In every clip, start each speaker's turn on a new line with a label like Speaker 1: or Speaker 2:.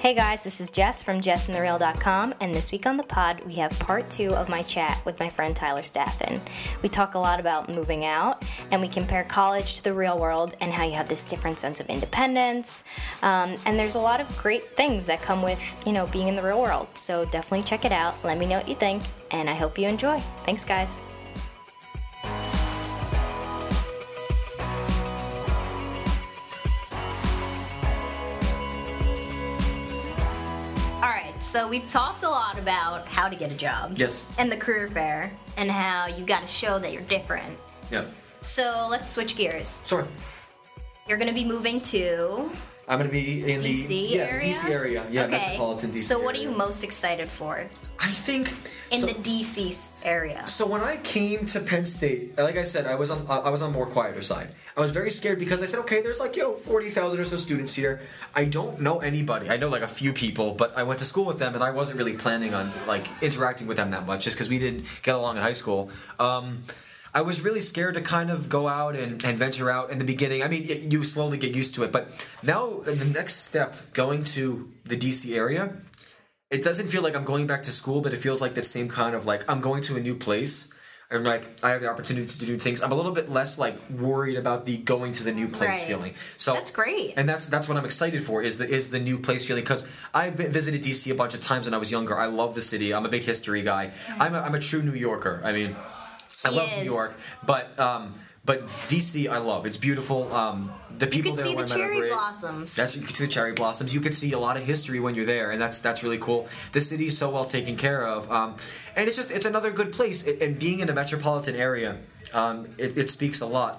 Speaker 1: Hey guys, this is Jess from jessandthereal.com, and this week on the pod, we have part two of my chat with my friend Tyler Staffen. We talk a lot about moving out, and we compare college to the real world and how you have this different sense of independence. Um, and there's a lot of great things that come with, you know, being in the real world. So definitely check it out. Let me know what you think, and I hope you enjoy. Thanks, guys. All right, so we've talked a lot about how to get a job.
Speaker 2: Yes.
Speaker 1: And the career fair and how you got to show that you're different.
Speaker 2: Yeah.
Speaker 1: So let's switch gears.
Speaker 2: Sure.
Speaker 1: You're going to be moving to
Speaker 2: I'm gonna be in
Speaker 1: DC
Speaker 2: the yeah,
Speaker 1: area.
Speaker 2: DC area, yeah,
Speaker 1: okay.
Speaker 2: metropolitan DC.
Speaker 1: So what are you
Speaker 2: area.
Speaker 1: most excited for
Speaker 2: I think
Speaker 1: in
Speaker 2: so,
Speaker 1: the DC s- area?
Speaker 2: So when I came to Penn State, like I said, I was on I was on more quieter side. I was very scared because I said, okay, there's like you know forty thousand or so students here. I don't know anybody. I know like a few people, but I went to school with them, and I wasn't really planning on like interacting with them that much, just because we didn't get along in high school. Um, I was really scared to kind of go out and, and venture out in the beginning. I mean, y you slowly get used to it, but now the next step, going to the DC area, it doesn't feel like I'm going back to school, but it feels like that same kind of like I'm going to a new place. And like I have the opportunity to do things. I'm a little bit less like worried about the going to the new place
Speaker 1: Right.
Speaker 2: feeling. So
Speaker 1: That's great.
Speaker 2: and that's that's what I'm excited for is the is the new place feeling because I've been, visited DC a bunch of times when I was younger. I love the city. I'm a big history guy. I'm a, I'm a true New Yorker. I mean, I
Speaker 1: He
Speaker 2: love
Speaker 1: is.
Speaker 2: New York, but um, but DC I love. It's beautiful. Um, the people
Speaker 1: could
Speaker 2: there
Speaker 1: see
Speaker 2: when
Speaker 1: the
Speaker 2: I met are
Speaker 1: cherry
Speaker 2: great.
Speaker 1: blossoms.
Speaker 2: That's you could see the cherry blossoms. You could see a lot of history when you're there, and that's that's really cool. The city's so well taken care of, um, and it's just it's another good place. It, and being in a metropolitan area, um, it, it speaks a lot.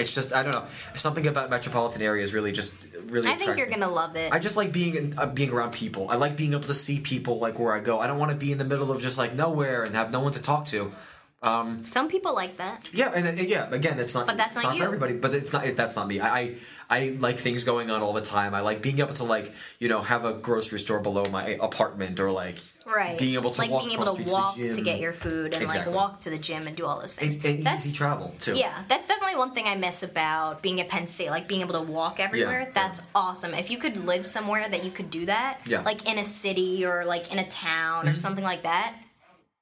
Speaker 2: It's just I don't know something about metropolitan areas really just really.
Speaker 1: I think
Speaker 2: attracts
Speaker 1: you're
Speaker 2: me.
Speaker 1: going to love it.
Speaker 2: I just like being in, uh, being around people. I like being able to see people like where I go. I don't want to be in the middle of just like nowhere and have no one to talk to.
Speaker 1: Some people like that.
Speaker 2: Yeah, and uh, yeah, again, it's not.
Speaker 1: But that's
Speaker 2: it's
Speaker 1: not
Speaker 2: not,
Speaker 1: you.
Speaker 2: for everybody. But it's not. It, that's not me. I, I I like things going on all the time. I like being able to like you know have a grocery store below my apartment or like
Speaker 1: Right.
Speaker 2: being able to
Speaker 1: like
Speaker 2: walk
Speaker 1: being able
Speaker 2: across
Speaker 1: to
Speaker 2: the street
Speaker 1: walk
Speaker 2: to, the gym.
Speaker 1: get your food and
Speaker 2: Exactly.
Speaker 1: like walk to the gym and do all those things.
Speaker 2: and, and
Speaker 1: That's-
Speaker 2: easy travel too.
Speaker 1: Yeah, that's definitely one thing I miss about being at Penn State, like being able to walk everywhere.
Speaker 2: Yeah.
Speaker 1: That's awesome. If you could live somewhere that you could do that,
Speaker 2: Yeah. Mm-hmm.
Speaker 1: like in a city or like in a town or something like that,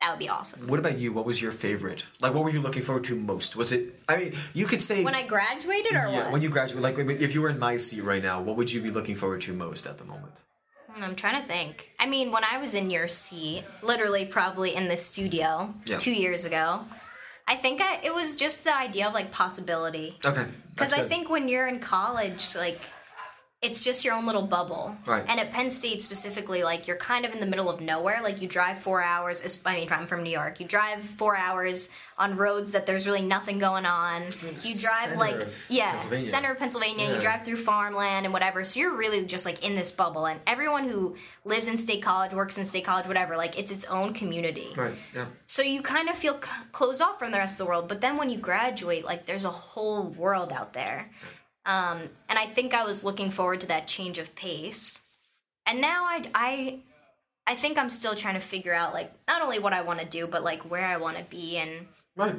Speaker 1: that would be awesome.
Speaker 2: What about you? What was your favorite? Like, what were you looking forward to most? Was it? I mean, you could say
Speaker 1: When I graduated or
Speaker 2: yeah,
Speaker 1: what?
Speaker 2: when you graduate. Like, if you were in my seat right now, what would you be looking forward to most at the moment?
Speaker 1: Hmm, I'm trying to think. I mean, when I was in your seat, literally probably in the studio
Speaker 2: Yeah.
Speaker 1: 2 years ago, I think I, it was just the idea of like possibility.
Speaker 2: Okay,
Speaker 1: Because
Speaker 2: that's
Speaker 1: I
Speaker 2: good.
Speaker 1: think when you're in college, like, it's just your own little bubble.
Speaker 2: Right.
Speaker 1: And at Penn State specifically, like, you're kind of in the middle of nowhere. Like, you drive four hours. es- I mean, I'm from New York. You drive four hours on roads that there's really nothing going on. You drive,
Speaker 2: center
Speaker 1: like,
Speaker 2: of
Speaker 1: yeah,
Speaker 2: Pennsylvania.
Speaker 1: center of Pennsylvania. You
Speaker 2: Yeah.
Speaker 1: drive through farmland and whatever. So you're really just, like, in this bubble. And everyone who lives in state college, works in state college, whatever, like, it's its own community.
Speaker 2: right. Yeah.
Speaker 1: So you kind of feel c- closed off from the rest of the world, but then when you graduate, like there's a whole world out there. Um, and I think I was looking forward to that change of pace. And now I, I, I think I'm still trying to figure out like not only what I want to do, but like where I want to be and
Speaker 2: Right.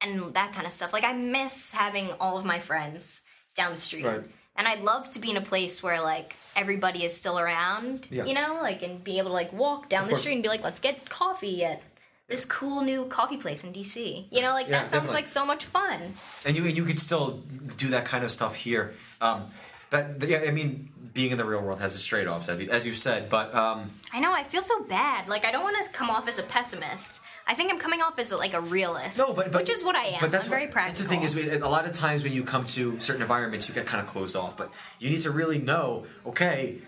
Speaker 1: and that kind of stuff. Like I miss having all of my friends down the street.
Speaker 2: Right.
Speaker 1: And I'd love to be in a place where like everybody is still around,
Speaker 2: Yeah.
Speaker 1: you know, like and be able to like walk down the
Speaker 2: course.
Speaker 1: street and be like, let's get coffee at this cool new coffee place in DC. You know, like
Speaker 2: Yeah,
Speaker 1: that sounds
Speaker 2: definitely.
Speaker 1: like so much fun.
Speaker 2: and you and you could still do that kind of stuff here. Um, but yeah, I mean, being in the real world has its trade offs, as you said. But um,
Speaker 1: I know I feel so bad. Like I don't want to come off as a pessimist. I think I'm coming off as like a realist.
Speaker 2: no, but, but
Speaker 1: which is what I am.
Speaker 2: But that's
Speaker 1: I'm
Speaker 2: what-
Speaker 1: very practical.
Speaker 2: That's the thing is, we- a lot of times when you come to certain environments, you get kind of closed off. But you need to really know, okay.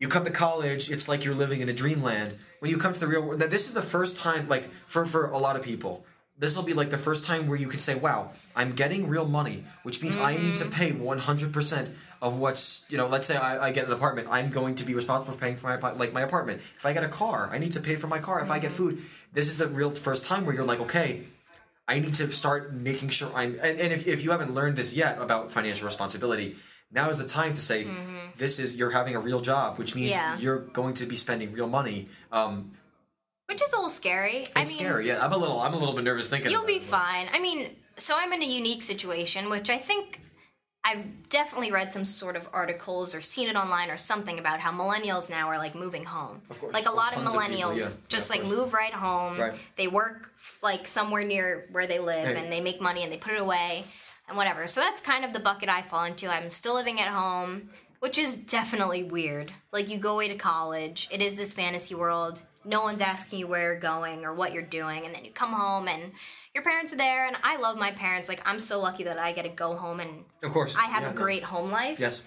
Speaker 2: You come to college, it's like you're living in a dreamland. When you come to the real world, that this is the first time, like for for a lot of people, this will be like the first time where you can say, "Wow, I'm getting real money," which means I need to
Speaker 1: Mm-hmm.
Speaker 2: pay 100 percent of what's you know. Let's say I, I get an apartment, I'm going to be responsible for paying for my apa- like my apartment. If I get a car, I need to pay for my car. If I get
Speaker 1: Mm-hmm.
Speaker 2: food, this is the real first time where you're like, "Okay, I need to start making sure I'm. And, and if, if you haven't learned this yet about financial responsibility, now is the time to say, this is, you're having a real job, which means
Speaker 1: Mm-hmm. Yeah.
Speaker 2: you're going to be spending real money. Um,
Speaker 1: which is a little scary. I mean,
Speaker 2: it's scary. Yeah, I'm a little, I'm a little bit nervous thinking.
Speaker 1: You'll
Speaker 2: about
Speaker 1: be
Speaker 2: it.
Speaker 1: fine. I mean, so I'm in a unique situation, which I think I've definitely read some sort of articles or seen it online or something about how millennials now are like moving home.
Speaker 2: Of course.
Speaker 1: Like a
Speaker 2: Well,
Speaker 1: lot of
Speaker 2: tons of people,
Speaker 1: millennials
Speaker 2: yeah.
Speaker 1: just
Speaker 2: Yeah,
Speaker 1: like
Speaker 2: of course.
Speaker 1: move right home.
Speaker 2: Right.
Speaker 1: They work like somewhere near where they live
Speaker 2: Hey.
Speaker 1: and they make money and they put it away and whatever. So that's kind of the bucket I fall into. I'm still living at home, which is definitely weird. Like you go away to college, it is this fantasy world. No one's asking you where you're going or what you're doing, and then you come home and your parents are there. And I love my parents. Like I'm so lucky that I get to go home and
Speaker 2: Of course.
Speaker 1: I have
Speaker 2: Yeah,
Speaker 1: a
Speaker 2: no.
Speaker 1: great home life.
Speaker 2: Yes.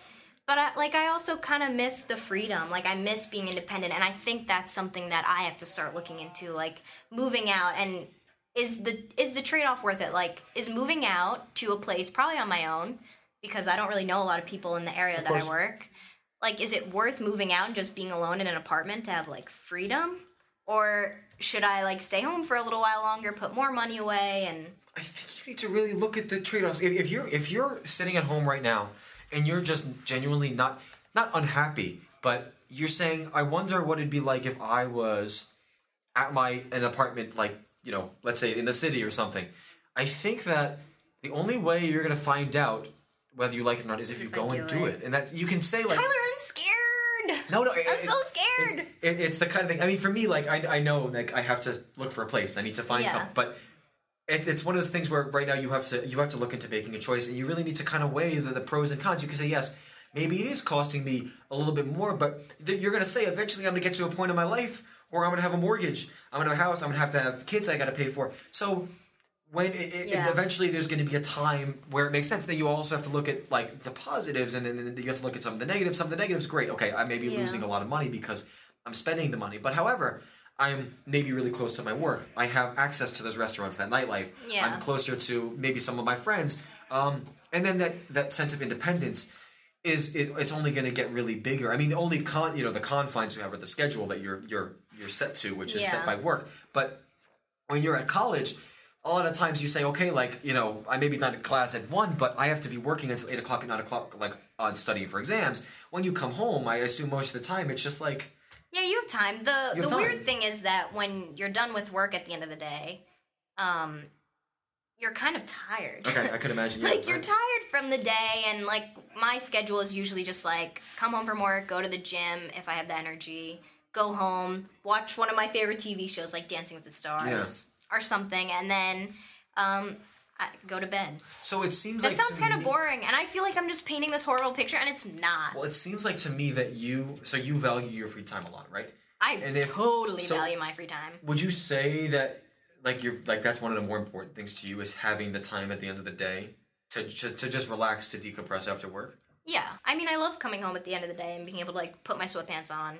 Speaker 1: But I, like I also kind of miss the freedom. Like I miss being independent and I think that's something that I have to start looking into like moving out and is the is the trade-off worth it? Like is moving out to a place probably on my own because I don't really know a lot of people in the area that I
Speaker 2: course.
Speaker 1: work. Like is it worth moving out and just being alone in an apartment to have like freedom or should I like stay home for a little while longer, put more money away and
Speaker 2: I think you need to really look at the trade-offs. If, if you're if you're sitting at home right now and you're just genuinely not not unhappy, but you're saying, I wonder what it'd be like if I was at my an apartment like you know, let's say in the city or something. I think that the only way you're gonna find out whether you like it or not is if you
Speaker 1: if
Speaker 2: go
Speaker 1: I
Speaker 2: and
Speaker 1: do
Speaker 2: do
Speaker 1: it.
Speaker 2: it. and that's you can say like
Speaker 1: Tyler, I'm scared.
Speaker 2: no, no.
Speaker 1: I'm so scared.
Speaker 2: It's, it, it's the kind of thing. I mean, for me, like I, I know, like I have to look for a place. I need to find
Speaker 1: Yeah.
Speaker 2: something. But it, it's one of those things where right now you have to you have to look into making a choice, and you really need to kind of weigh the, the pros and cons. You can say yes, maybe it is costing me a little bit more, but th- you're going to say eventually I'm going to get to a point in my life where I'm going to have a mortgage, I'm going to have a house, I'm going to have to have kids I got to pay for. So when it, it,
Speaker 1: Yeah.
Speaker 2: eventually there's going to be a time where it makes sense then you also have to look at like the positives and then then you have to look at some of the negatives some of the negatives great okay i may be
Speaker 1: Yeah.
Speaker 2: losing a lot of money because i'm spending the money but however i'm maybe really close to my work i have access to those restaurants that nightlife
Speaker 1: Yeah.
Speaker 2: i'm closer to maybe some of my friends um, and then that that sense of independence is it, it's only going to get really bigger i mean the only con you know the confines you have are the schedule that you're you're you're set to which is
Speaker 1: Yeah.
Speaker 2: set by work but when you're at college, a lot of times you say, okay, like, you know, I may be done at class at one, but I have to be working until eight o'clock and nine o'clock, like on studying for exams. When you come home, I assume most of the time it's just like,
Speaker 1: Yeah, you have time. The
Speaker 2: You
Speaker 1: the
Speaker 2: have
Speaker 1: weird
Speaker 2: time.
Speaker 1: thing is that when you're done with work at the end of the day, um, you're kind of tired.
Speaker 2: okay, I could imagine. you-
Speaker 1: like you're tired from the day, and like my schedule is usually just like come home from work, go to the gym if I have the energy, go home, watch one of my favorite TV shows like Dancing with the Stars or something, and then um, I go to bed.
Speaker 2: so it seems
Speaker 1: That
Speaker 2: like
Speaker 1: sounds
Speaker 2: to
Speaker 1: kind of
Speaker 2: me-
Speaker 1: boring, and I feel like I'm just painting this horrible picture, and it's not.
Speaker 2: Well, it seems like to me that you, so you value your free time a lot, right?
Speaker 1: I
Speaker 2: and if-
Speaker 1: totally
Speaker 2: so-
Speaker 1: value my free time.
Speaker 2: Would you say that, like, you're, like, that's one of the more important things to you is having the time at the end of the day to, to, to just relax, to decompress after work?
Speaker 1: Yeah. I mean, I love coming home at the end of the day and being able to like put my sweatpants on,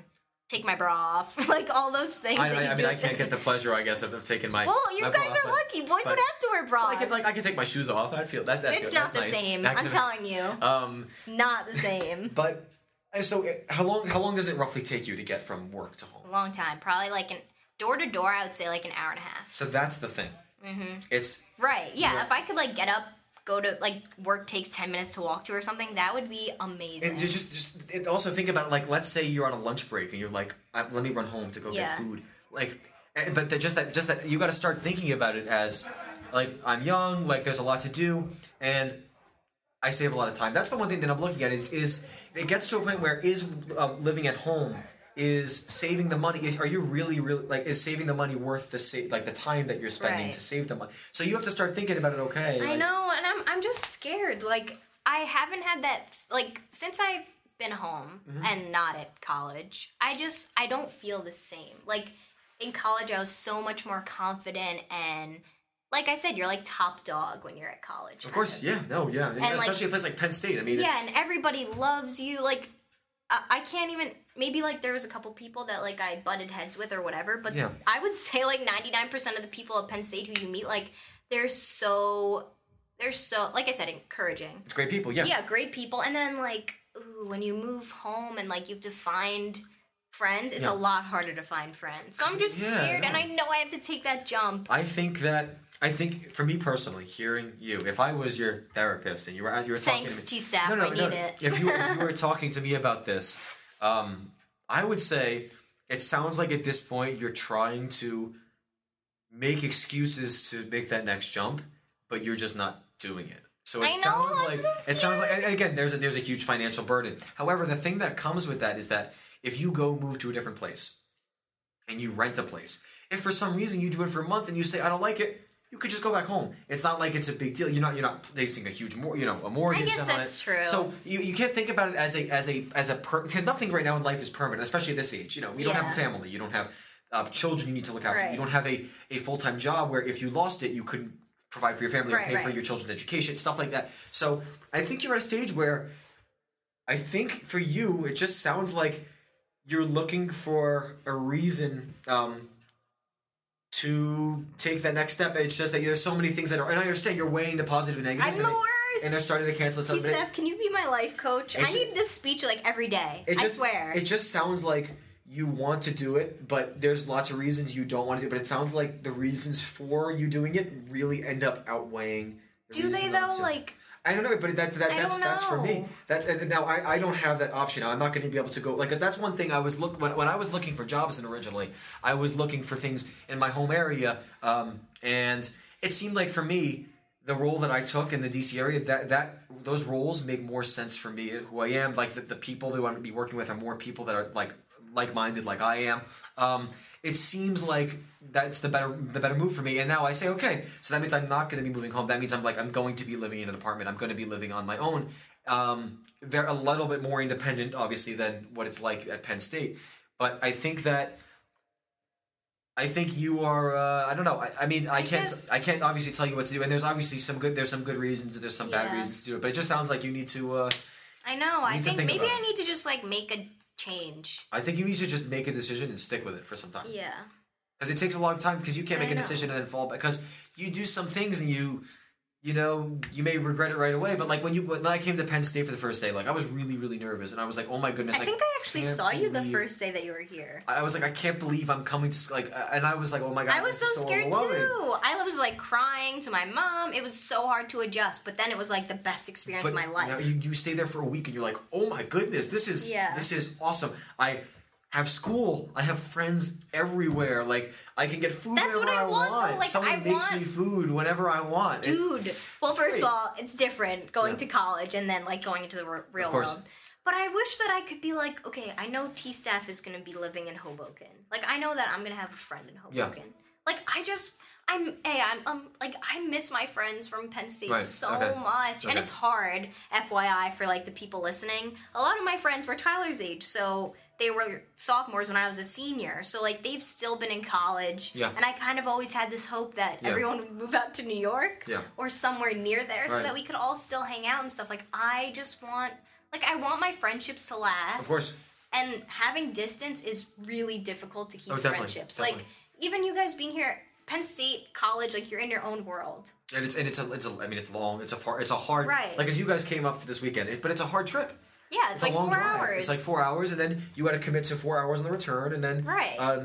Speaker 1: take my bra off, like all those things.
Speaker 2: I,
Speaker 1: that you
Speaker 2: I, I
Speaker 1: do
Speaker 2: mean, I
Speaker 1: at
Speaker 2: can't get the pleasure, I guess, of, of taking my.
Speaker 1: Well, you
Speaker 2: my
Speaker 1: guys
Speaker 2: bra off,
Speaker 1: are
Speaker 2: but-
Speaker 1: lucky. Boys
Speaker 2: but-
Speaker 1: don't have to wear bras.
Speaker 2: I could like I could take my shoes off. I'd feel that. that
Speaker 1: it's
Speaker 2: feel-
Speaker 1: not
Speaker 2: that's
Speaker 1: the
Speaker 2: nice.
Speaker 1: same.
Speaker 2: That
Speaker 1: I'm
Speaker 2: could-
Speaker 1: telling you,
Speaker 2: Um,
Speaker 1: it's not the same.
Speaker 2: but uh, so uh, how long how long does it roughly take you to get from work to home?
Speaker 1: A long time, probably like an door to door. I would say like an hour and a half.
Speaker 2: So that's the thing.
Speaker 1: Mm-hmm.
Speaker 2: It's
Speaker 1: Right. Yeah.
Speaker 2: Yeah.
Speaker 1: If I could like get up, go to like work takes ten minutes to walk to or something, that would be amazing.
Speaker 2: and ju- just just it also think about like let's say you're on a lunch break and you're like I, let me run home to go
Speaker 1: Yeah.
Speaker 2: get food like and- but the, just that just that you got to start thinking about it as like I'm young like there's a lot to do and I save a lot of time. That's the one thing that I'm looking at is is it gets to a point where is uh, living at home is saving the money is are you really really like is saving the money worth the sa- like the time that you're spending
Speaker 1: Right.
Speaker 2: to save the money so you have to start thinking about it okay
Speaker 1: I
Speaker 2: like-
Speaker 1: know, and I'm I'm just scared. Like I haven't had that like since I've been home
Speaker 2: Mm-hmm.
Speaker 1: and not at college. I just I don't feel the same. Like in college I was so much more confident and like I said, you're like top dog when you're at college.
Speaker 2: of course yeah no yeah
Speaker 1: like-
Speaker 2: especially a place like Penn State I mean
Speaker 1: Yeah,
Speaker 2: it's
Speaker 1: and everybody loves you. Like I, I can't even maybe like there was a couple people that like I butted heads with or whatever, but
Speaker 2: Yeah.
Speaker 1: I would say like 99% of the people at Penn State who you meet like they're so they're so like I said encouraging.
Speaker 2: it's great people
Speaker 1: Yeah, great people. And then like ooh, when you move home and like you have to find friends, it's
Speaker 2: Yeah.
Speaker 1: a lot harder to find friends. So I'm just
Speaker 2: Yeah, I
Speaker 1: scared and
Speaker 2: know.
Speaker 1: I know I have to take that jump.
Speaker 2: I think that I think for me personally, hearing you, if I was your therapist and you were you were talking
Speaker 1: Thanks,
Speaker 2: to me,
Speaker 1: T-Staff,
Speaker 2: no, no,
Speaker 1: I
Speaker 2: no,
Speaker 1: need it.
Speaker 2: if you if you were talking to me about this, um, I would say it sounds like at this point you're trying to make excuses to make that next jump, but you're just not doing it. So it
Speaker 1: I know,
Speaker 2: sounds
Speaker 1: I'm
Speaker 2: like
Speaker 1: so
Speaker 2: it sounds like and again there's a, there's a huge financial burden. However, the thing that comes with that is that if you go move to a different place and you rent a place, if for some reason you do it for a month and you say I don't like it, you could just go back home. It's not like it's a big deal. You're not you're not placing a huge mor- you know a mortgage.
Speaker 1: guess
Speaker 2: on
Speaker 1: that's
Speaker 2: it.
Speaker 1: true.
Speaker 2: So you, you can't think about it as a as a as a per because nothing right now in life is permanent, especially at this age. You know you don't
Speaker 1: Yeah.
Speaker 2: have a family, you don't have uh, children you need to look after,
Speaker 1: Right.
Speaker 2: you don't have a a full time job where if you lost it you couldn't provide for your family
Speaker 1: Right,
Speaker 2: or pay for
Speaker 1: right.
Speaker 2: your children's education, stuff like that. So I think you're at a stage where I think for you, it just sounds like you're looking for a reason um, to take that next step. It's just that there's so many things that are, and I understand you're weighing the positive and negatives.
Speaker 1: I'm the
Speaker 2: and they-
Speaker 1: worst.
Speaker 2: And they're starting to cancel itself.
Speaker 1: Hey,
Speaker 2: out. but it-
Speaker 1: Steph, can you be my life coach? I
Speaker 2: It's-
Speaker 1: need this speech like every day.
Speaker 2: it just,
Speaker 1: I swear.
Speaker 2: It just sounds like you want to do it, but there's lots of reasons you don't want to do it. But it sounds like the reasons for you doing it really end up outweighing. The
Speaker 1: Do they
Speaker 2: reason
Speaker 1: though?
Speaker 2: not to.
Speaker 1: Like,
Speaker 2: I don't know, but that, that
Speaker 1: I
Speaker 2: that's
Speaker 1: don't
Speaker 2: that's for me.
Speaker 1: know.
Speaker 2: That's and now I, I don't have that option. I'm not going to be able to go like 'cause that's one thing I was look when, when I was looking for jobs and originally I was looking for things in my home area, um, and it seemed like for me the role that I took in the DC area that that those roles make more sense for me who I am like the, the people that I'm going to be working with are more people that are like like minded like I am. Um, it seems like that's the better the better move for me. And now I say, okay, so that means I'm not going to be moving home. That means I'm like I'm going to be living in an apartment. I'm going to be living on my own. Um, they're a little bit more independent, obviously, than what it's like at Penn State. But I think that I think you are. Uh, I don't know. I, I mean, I,
Speaker 1: I
Speaker 2: can't.
Speaker 1: guess-
Speaker 2: I can't obviously tell you what to do. And there's obviously some good. There's some good reasons. and There's some bad
Speaker 1: Yeah.
Speaker 2: reasons to do it. But it just sounds like you need to. Uh,
Speaker 1: I know. I
Speaker 2: need to
Speaker 1: think,
Speaker 2: think
Speaker 1: maybe
Speaker 2: about
Speaker 1: I need to just like make a change.
Speaker 2: I think you need to just make a decision and stick with it for some time.
Speaker 1: Yeah.
Speaker 2: because it takes a long time because you can't
Speaker 1: I
Speaker 2: make a
Speaker 1: know.
Speaker 2: decision and then fall back because you do some things and you you know you may regret it right away but like when you when i came to penn state for the first day like i was really really nervous and i was like oh my goodness
Speaker 1: I think I actually
Speaker 2: can't
Speaker 1: saw you the
Speaker 2: believe-
Speaker 1: first day that you were here.
Speaker 2: i was like i can't believe i'm coming to school like uh, and i was like oh my god
Speaker 1: I was so
Speaker 2: this is
Speaker 1: scared too.
Speaker 2: overwhelming.
Speaker 1: I was like crying to my mom. It was so hard to adjust, but then it was like the best experience of my
Speaker 2: you
Speaker 1: life.
Speaker 2: know, You, you, stay there for a week and you're like, oh my goodness, this is
Speaker 1: Yeah.
Speaker 2: this is awesome. I have school. I have friends everywhere. Like I can get food
Speaker 1: That's what
Speaker 2: whenever
Speaker 1: I
Speaker 2: I,
Speaker 1: want,
Speaker 2: want.
Speaker 1: though. Like,
Speaker 2: Someone
Speaker 1: I
Speaker 2: makes
Speaker 1: want-
Speaker 2: me food whenever I want. It-
Speaker 1: Dude, well, first
Speaker 2: great.
Speaker 1: of all, it's different going
Speaker 2: Yeah.
Speaker 1: to college and then like going into the r- real
Speaker 2: Of course.
Speaker 1: world. But I wish that I could be like, okay, I know T Staff is going to be living in Hoboken. Like, I know that I'm going to have a friend in
Speaker 2: Yeah.
Speaker 1: Hoboken. Like, I just, I'm, hey, I'm, um, like, I miss my friends from Penn State
Speaker 2: Right,
Speaker 1: so
Speaker 2: okay.
Speaker 1: much. And
Speaker 2: Okay.
Speaker 1: it's hard, FYI, for like the people listening. A lot of my friends were Tyler's age, so they were sophomores when I was a senior. So, like, they've still been in college.
Speaker 2: Yeah.
Speaker 1: And I kind of always had this hope that
Speaker 2: Yeah.
Speaker 1: everyone would move out to New York
Speaker 2: Yeah.
Speaker 1: or somewhere near there so
Speaker 2: Right.
Speaker 1: that we could all still hang out and stuff. Like I just want like I want my friendships to last.
Speaker 2: of course.
Speaker 1: And having distance is really difficult to keep
Speaker 2: Oh, definitely,
Speaker 1: friendships. Like
Speaker 2: definitely.
Speaker 1: even you guys being here Penn State college like you're in your own world.
Speaker 2: And it's and it's a it's a I mean it's long it's a far it's a hard
Speaker 1: Right.
Speaker 2: like as you guys came up for this weekend it, but it's a hard trip
Speaker 1: Yeah, it's,
Speaker 2: it's
Speaker 1: like
Speaker 2: a long
Speaker 1: 4
Speaker 2: drive
Speaker 1: hours.
Speaker 2: it's like four hours and then you got to commit to four hours on the return and then
Speaker 1: Right.
Speaker 2: um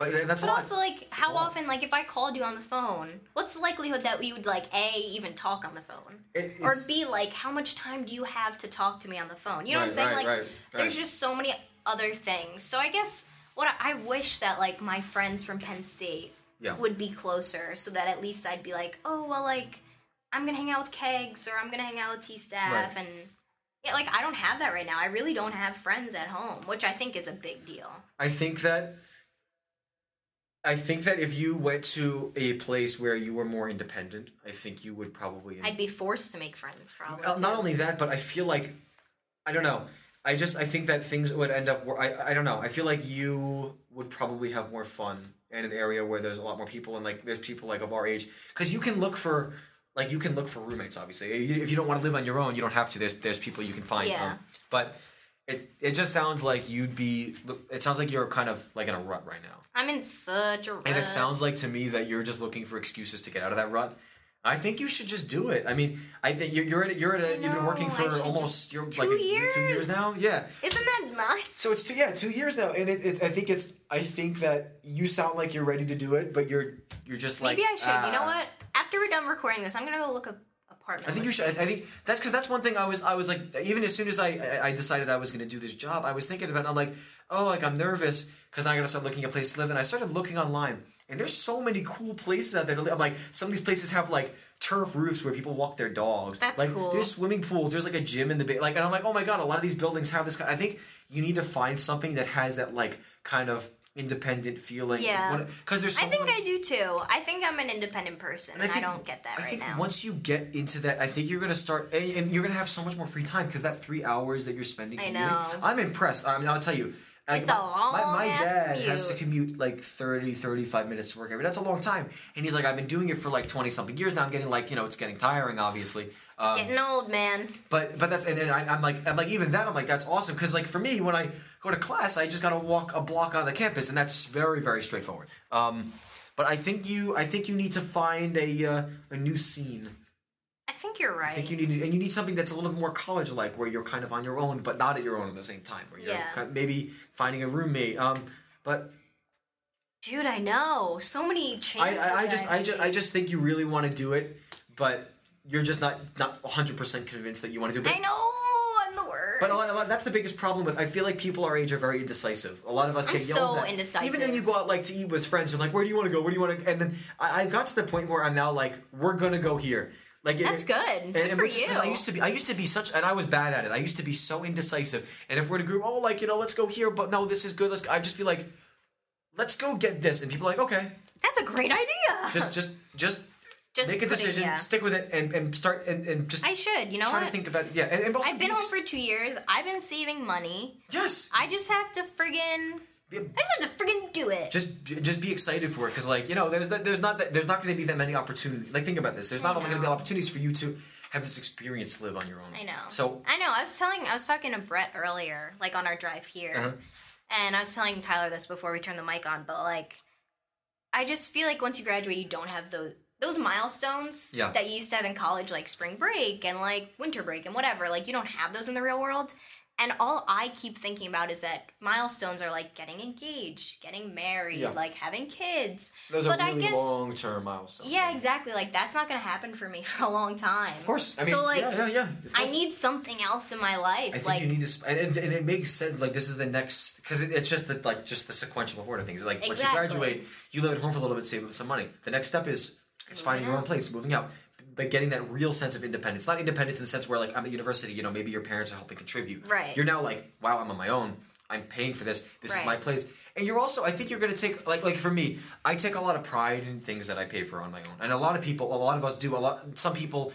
Speaker 2: but that's a
Speaker 1: But
Speaker 2: lot
Speaker 1: also like how
Speaker 2: long.
Speaker 1: often like if I called you on the phone, what's the likelihood that we would like A even talk on the phone?
Speaker 2: It-
Speaker 1: or
Speaker 2: it's-
Speaker 1: B like how much time do you have to talk to me on the phone? You know what I'm
Speaker 2: Right,
Speaker 1: saying?
Speaker 2: right,
Speaker 1: like
Speaker 2: right,
Speaker 1: there's
Speaker 2: right.
Speaker 1: just so many other things. So I guess what I, I wish that like my friends from Penn State
Speaker 2: Yeah.
Speaker 1: would be closer so that at least I'd be like, "Oh, well like I'm going to hang out with Kegs or I'm going to hang out with T-Staff
Speaker 2: Right.
Speaker 1: and yeah, like I don't have that right now. I really don't have friends at home, which I think is a big deal.
Speaker 2: I think that I think that if you went to a place where you were more independent I think you would probably
Speaker 1: I'd be forced to make friends probably.
Speaker 2: Well, not
Speaker 1: too.
Speaker 2: only that, but I feel like I don't know. I just I think that things would end up. wor- I I don't know. I feel like you would probably have more fun in an area where there's a lot more people and like there's people like of our age because you can look for like you can look for roommates. Obviously, if you- if you don't want to live on your own, you don't have to. There's there's people you can find.
Speaker 1: Yeah.
Speaker 2: Um, but it it just sounds like you'd be. It sounds like you're kind of like in a rut right now.
Speaker 1: I'm in such a rut.
Speaker 2: And it sounds like to me that you're just looking for excuses to get out of that rut. I think you should just do it. I mean, I think you're, you're at a, you're at a you've
Speaker 1: know,
Speaker 2: been working
Speaker 1: I
Speaker 2: for
Speaker 1: should
Speaker 2: almost you're
Speaker 1: two
Speaker 2: like a- you're two
Speaker 1: years.
Speaker 2: years now. Yeah.
Speaker 1: Isn't that nuts?
Speaker 2: So it's two yeah two years now, and it, it, I think it's I think that you sound like you're ready to do it, but you're you're just like
Speaker 1: Maybe I should. you know
Speaker 2: "Ah."
Speaker 1: what? After we're done recording this, I'm gonna go look up a
Speaker 2: I
Speaker 1: apartment.
Speaker 2: think you
Speaker 1: with
Speaker 2: should. I- I
Speaker 1: things.
Speaker 2: think that's because that's one thing I was. I was like, even as soon as I, I, I decided I was going to do this job, I was thinking about. it. I'm like, oh, like I'm nervous because I got to start looking at places to live. And I started looking online, and there's so many cool places out there. To live. I'm like, some of these places have like turf roofs where people walk their dogs.
Speaker 1: That's
Speaker 2: like,
Speaker 1: cool.
Speaker 2: There's swimming pools. There's like a gym in the ba- like, and I'm like, oh my god, a lot of these buildings have this. Kind I think you need to find something that has that like kind of independent feeling.
Speaker 1: Yeah.
Speaker 2: because there's. So
Speaker 3: I think
Speaker 2: many-
Speaker 3: I do too. I think I'm an independent person. and I,
Speaker 2: think-
Speaker 3: don't get that
Speaker 2: I
Speaker 3: right
Speaker 2: think
Speaker 3: now.
Speaker 2: Once you get into that, I think you're gonna start, and, and you're gonna have so much more free time because that three hours that you're spending.
Speaker 1: I
Speaker 2: commuting-
Speaker 1: know.
Speaker 2: I'm impressed. I mean, I'll tell you. like,
Speaker 1: It's a
Speaker 2: my, my, my
Speaker 1: long-ass
Speaker 2: dad has to commute like 30, 35 minutes to work every. That's a long time, and he's like, I've been doing it for like twenty something years now. I'm getting like, you know, it's getting tiring, obviously. Um,
Speaker 1: Getting old, man.
Speaker 2: but but that's and, and I, I'm like I'm like even that I'm like that's awesome because like for me when I go to class I just got to walk a block on the campus and that's very very straightforward. Um, but I think you I think you need to find a uh, a new scene.
Speaker 3: I think you're right.
Speaker 2: I think you need and you need something that's a little bit more college like where you're kind of on your own but not at your own at the same time where you're
Speaker 3: Yeah.
Speaker 2: kind maybe finding a roommate. Um, but
Speaker 3: Dude, I know. So many
Speaker 2: I,
Speaker 3: chances.
Speaker 2: I, I just
Speaker 3: that
Speaker 2: I just I just think you really want to do it, but you're just not not 100 percent convinced that you want to do it. But
Speaker 3: I know. I'm the worst.
Speaker 2: But a lot, a lot, that's the biggest problem with. I feel like people our age are very indecisive. A lot of us
Speaker 1: I'm
Speaker 2: get yelled
Speaker 1: so
Speaker 2: at.
Speaker 1: indecisive.
Speaker 2: Even when you go out like to eat with friends, you're like, "Where do you want to go? Where do you want to?" And then I, I got to the point where I'm now like, "We're gonna go here." Like it-
Speaker 1: That's
Speaker 2: it-
Speaker 1: good.
Speaker 2: And,
Speaker 1: Good
Speaker 2: and
Speaker 1: for
Speaker 2: which is 'cause I
Speaker 1: you.
Speaker 2: used to be, I used to be such, and I was bad at it. I used to be so indecisive. And if we're in a group, oh, like you know, let's go here, but no, this is good. Let's. go. I'd just be like, "Let's go get this," and people are like, "Okay,
Speaker 1: That's a great idea.
Speaker 2: just, just, just."
Speaker 1: Just
Speaker 2: Make a
Speaker 1: putting-
Speaker 2: decision,
Speaker 1: yeah.
Speaker 2: stick with it, and, and start and, and just
Speaker 1: I should. You know
Speaker 2: try
Speaker 1: what?
Speaker 2: to think about it. Yeah, and, and also
Speaker 1: I've been
Speaker 2: be
Speaker 1: home
Speaker 2: ex-
Speaker 1: for two years. I've been saving money.
Speaker 2: yes.
Speaker 1: I just have to friggin'
Speaker 2: Be-
Speaker 1: I just have to friggin' do it.
Speaker 2: just just be excited for it because like you know there's that there's not that there's not going to be that many opportunities like think about this there's not going to be
Speaker 1: know.
Speaker 2: opportunities for you to have this experience live on your own
Speaker 1: I know.
Speaker 2: so
Speaker 1: I know. I was telling I was talking to Brett earlier, like on our drive here.
Speaker 2: Uh-huh.
Speaker 1: And I was telling Tyler this before we turned the mic on, but like I just feel like once you graduate you don't have those those milestones
Speaker 2: Yeah.
Speaker 1: that you used to have in college, like spring break and like winter break and whatever, like you don't have those in the real world. And all I keep thinking about is that milestones are like getting engaged, getting married,
Speaker 2: Yeah.
Speaker 1: like having kids.
Speaker 2: those
Speaker 1: but
Speaker 2: are
Speaker 1: I
Speaker 2: really
Speaker 1: guess
Speaker 2: long term milestones
Speaker 1: yeah, exactly. Like that's not gonna happen for me for a long time.
Speaker 2: of course I mean
Speaker 1: so like
Speaker 2: yeah yeah yeah of
Speaker 1: I
Speaker 2: course.
Speaker 1: need something else in my life.
Speaker 2: I think
Speaker 1: like
Speaker 2: you need to, sp- and, and, and it makes sense. Like this is the next, because it, it's just the like just the sequential order of things. Like once you
Speaker 1: Exactly.
Speaker 2: graduate, you live at home for a little bit, save up some money. The next step is it's finding your own place, moving out, but getting that real sense of independence. Not independence in the sense where like I'm at university, you know, maybe your parents are helping contribute.
Speaker 1: Right.
Speaker 2: You're now like, wow, I'm on my own. I'm paying for this. This is
Speaker 1: Right.
Speaker 2: my place. And you're also, I think you're going to take like like for me, I take a lot of pride in things that I pay for on my own, and a lot of people, a lot of us do. A lot, some people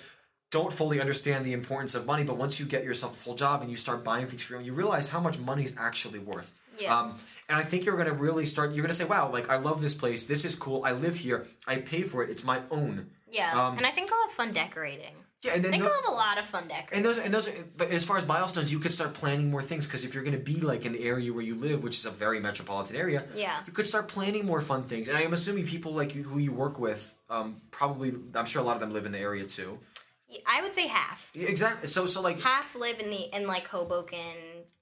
Speaker 2: don't fully understand the importance of money, but once you get yourself a full job and you start buying things for your own, you realize how much money's actually worth.
Speaker 1: Yeah.
Speaker 2: Um, and I think you're gonna really start. You're gonna say, "Wow, like I love this place. This is cool. I live here. I pay for it. It's my own."
Speaker 1: yeah,
Speaker 2: um,
Speaker 1: and I think I'll have fun decorating.
Speaker 2: Yeah, and
Speaker 1: I
Speaker 2: then
Speaker 1: think
Speaker 2: tho-
Speaker 1: I'll have a lot of fun decorating.
Speaker 2: and those and those. But as far as milestones, you could start planning more things because if you're gonna be like in the area where you live, which is a very metropolitan area,
Speaker 1: Yeah.
Speaker 2: you could start planning more fun things. And I am assuming people like you, who you work with, um, probably I'm sure a lot of them live in the area too.
Speaker 1: I would say half.
Speaker 2: Yeah, Exactly. So so like
Speaker 1: Half live in the in like Hoboken,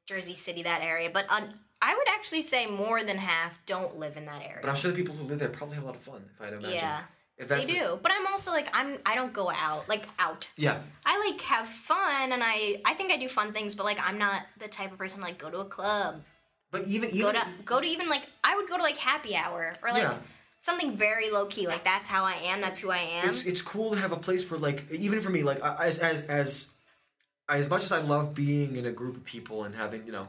Speaker 1: Jersey City, that area. But on, I would actually say more than half don't live in that area.
Speaker 2: But I'm sure the people who live there probably have a lot of fun, if I'd imagine.
Speaker 1: Yeah.
Speaker 2: If
Speaker 1: they
Speaker 2: that's the-
Speaker 1: do. but I'm also like I'm I don't go out like out.
Speaker 2: yeah.
Speaker 1: I like have fun and I I think I do fun things, but like I'm not the type of person to, like go to a club,
Speaker 2: But even
Speaker 1: go
Speaker 2: even
Speaker 1: to go to even like I would go to like happy hour or like
Speaker 2: Yeah.
Speaker 1: something very low key. Like that's how I am. That's who I am.
Speaker 2: it's it's cool to have a place where like even for me like I- as as as as much as I love being in a group of people and having you know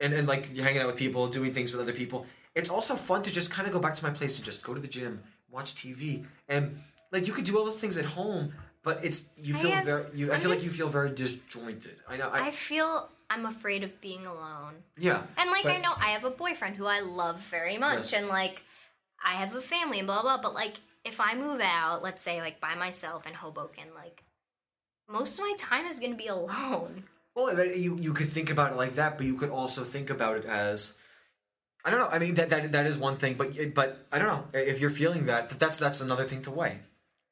Speaker 2: and and like hanging out with people, doing things with other people, it's also fun to just kind of go back to my place and just go to the gym, watch TV, and like you could do all those things at home. But it's you
Speaker 1: I
Speaker 2: feel
Speaker 1: guess
Speaker 2: very you, I
Speaker 1: I'm
Speaker 2: feel like you
Speaker 1: just-
Speaker 2: feel very disjointed. I know. I,
Speaker 1: I feel I'm afraid of being alone.
Speaker 2: yeah.
Speaker 1: And like I
Speaker 2: but-
Speaker 1: know I have a boyfriend who I love very much
Speaker 2: Yes.
Speaker 1: and like I have a family and blah blah but like if I move out, let's say like by myself in Hoboken, like most of my time is going to be alone.
Speaker 2: Well, but you you could think about it like that, but you could also think about it as I don't know. I mean that that that is one thing, but but I don't know if you're feeling that. That's that's another thing to weigh.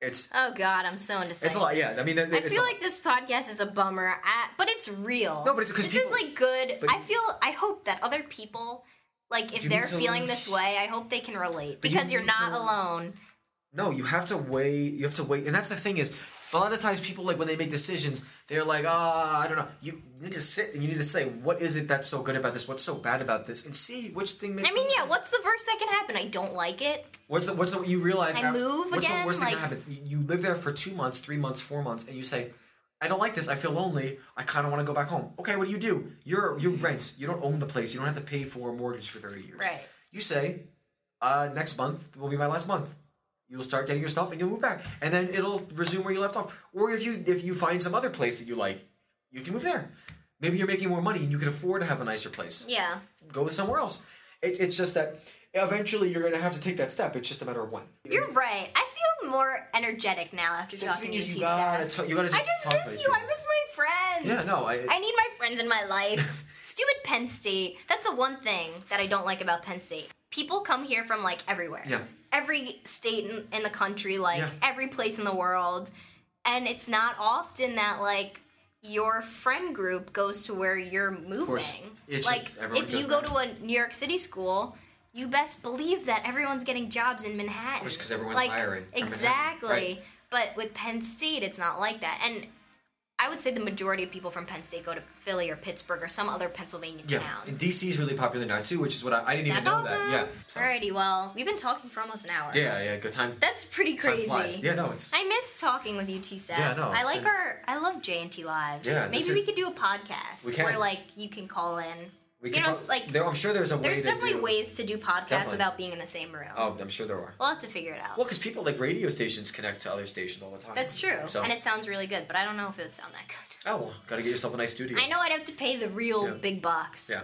Speaker 2: It's
Speaker 1: Oh god, I'm so indecisive.
Speaker 2: it's a lot. Yeah, I mean, it,
Speaker 1: I
Speaker 2: it's
Speaker 1: feel
Speaker 2: a-
Speaker 1: like this podcast is a bummer, I, but it's real.
Speaker 2: No, but it's 'cause
Speaker 1: this is
Speaker 2: people-
Speaker 1: like good.
Speaker 2: but-
Speaker 1: I feel. I hope that other people, like, if
Speaker 2: You
Speaker 1: they're
Speaker 2: need to-
Speaker 1: feeling this way, I hope they can relate
Speaker 2: But you
Speaker 1: because you are
Speaker 2: need
Speaker 1: not
Speaker 2: to-
Speaker 1: alone.
Speaker 2: no. You have to weigh. You have to weigh, and that's the thing is But a lot of times, people like when they make decisions, they're like, ah, I don't know. You need to sit and you need to say, what is it that's so good about this? What's so bad about this? And see which thing makes.
Speaker 1: I mean,
Speaker 2: the most
Speaker 1: yeah,
Speaker 2: sense.
Speaker 1: what's the worst that can happen? I don't like it.
Speaker 2: What's the, what's the, you realize?
Speaker 1: I
Speaker 2: how-
Speaker 1: move
Speaker 2: what's
Speaker 1: again,
Speaker 2: the worst thing
Speaker 1: like-
Speaker 2: that happens? You- You live there for two months, three months, four months, and you say, "I don't like this. I feel lonely. I kind of want to go back home." Okay, what do you do? You're you rent. You don't own the place. You don't have to pay for a mortgage for thirty years.
Speaker 1: Right.
Speaker 2: You say, uh, "Next month will be my last month." You'll start getting your stuff and you'll move back, and then it'll resume where you left off. Or if you if you find some other place that you like, you can move there. Maybe you're making more money and you can afford to have a nicer place
Speaker 1: Yeah.
Speaker 2: go somewhere else. It, it's just that eventually you're going to have to take that step. It's just a matter of when.
Speaker 1: You're right. I feel more energetic now after
Speaker 2: the
Speaker 1: talking
Speaker 2: thing
Speaker 1: to you,
Speaker 2: is, you
Speaker 1: T.
Speaker 2: gotta
Speaker 1: Seth.
Speaker 2: ta- you gotta
Speaker 1: I
Speaker 2: just
Speaker 1: just
Speaker 2: talk
Speaker 1: miss
Speaker 2: to
Speaker 1: you.
Speaker 2: these
Speaker 1: I
Speaker 2: people.
Speaker 1: miss my friends.
Speaker 2: Yeah, no, I-
Speaker 1: need my friends in my life. Stupid Penn State. That's the one thing that I don't like about Penn State. People come here from like everywhere.
Speaker 2: Yeah.
Speaker 1: Every state in, in the country, like
Speaker 2: Yeah.
Speaker 1: every place in the world, and it's not often that like your friend group goes to where you're
Speaker 2: course.
Speaker 1: moving.
Speaker 2: It's just
Speaker 1: like
Speaker 2: everyone
Speaker 1: if you
Speaker 2: goes
Speaker 1: go
Speaker 2: there.
Speaker 1: to a New York City school, you best believe that everyone's getting jobs in Manhattan.
Speaker 2: course, 'cause everyone's
Speaker 1: like,
Speaker 2: hiring from Manhattan,
Speaker 1: Exactly.
Speaker 2: right.
Speaker 1: But with Penn State, it's not like that. And I would say the majority of people from Penn State go to Philly or Pittsburgh or some other Pennsylvania
Speaker 2: Yeah,
Speaker 1: town.
Speaker 2: and DC is really popular now too, which is what I, I didn't even
Speaker 1: That's
Speaker 2: know
Speaker 1: awesome.
Speaker 2: that. Yeah. so-
Speaker 1: Alrighty, well, we've been talking for almost an hour.
Speaker 2: Yeah, yeah. Good time.
Speaker 1: That's pretty
Speaker 2: time
Speaker 1: crazy.
Speaker 2: flies. Yeah, no, it's
Speaker 1: I miss talking with you, T. Seth.
Speaker 2: Yeah, I know,
Speaker 1: I
Speaker 2: it's
Speaker 1: like
Speaker 2: been-
Speaker 1: our. I love J and T Live.
Speaker 2: Yeah,
Speaker 1: Maybe
Speaker 2: this
Speaker 1: we
Speaker 2: is-
Speaker 1: could do a podcast
Speaker 2: We can.
Speaker 1: where like you can call in.
Speaker 2: we
Speaker 1: you
Speaker 2: could
Speaker 1: know,
Speaker 2: prob-
Speaker 1: it's like
Speaker 2: there, I'm sure there's a way.
Speaker 1: there's
Speaker 2: to
Speaker 1: definitely
Speaker 2: do-
Speaker 1: ways to do podcasts
Speaker 2: Definitely.
Speaker 1: without being in the same room.
Speaker 2: Oh, I'm sure there are.
Speaker 1: We'll have to figure it out.
Speaker 2: Well, because people like radio stations connect to other stations all the time.
Speaker 1: That's true,
Speaker 2: So,
Speaker 1: and it sounds really good, but I don't know if it would sound that good.
Speaker 2: oh well, gotta get yourself a nice studio.
Speaker 1: I know I'd have to pay the real
Speaker 2: Yeah.
Speaker 1: big bucks.
Speaker 2: Yeah.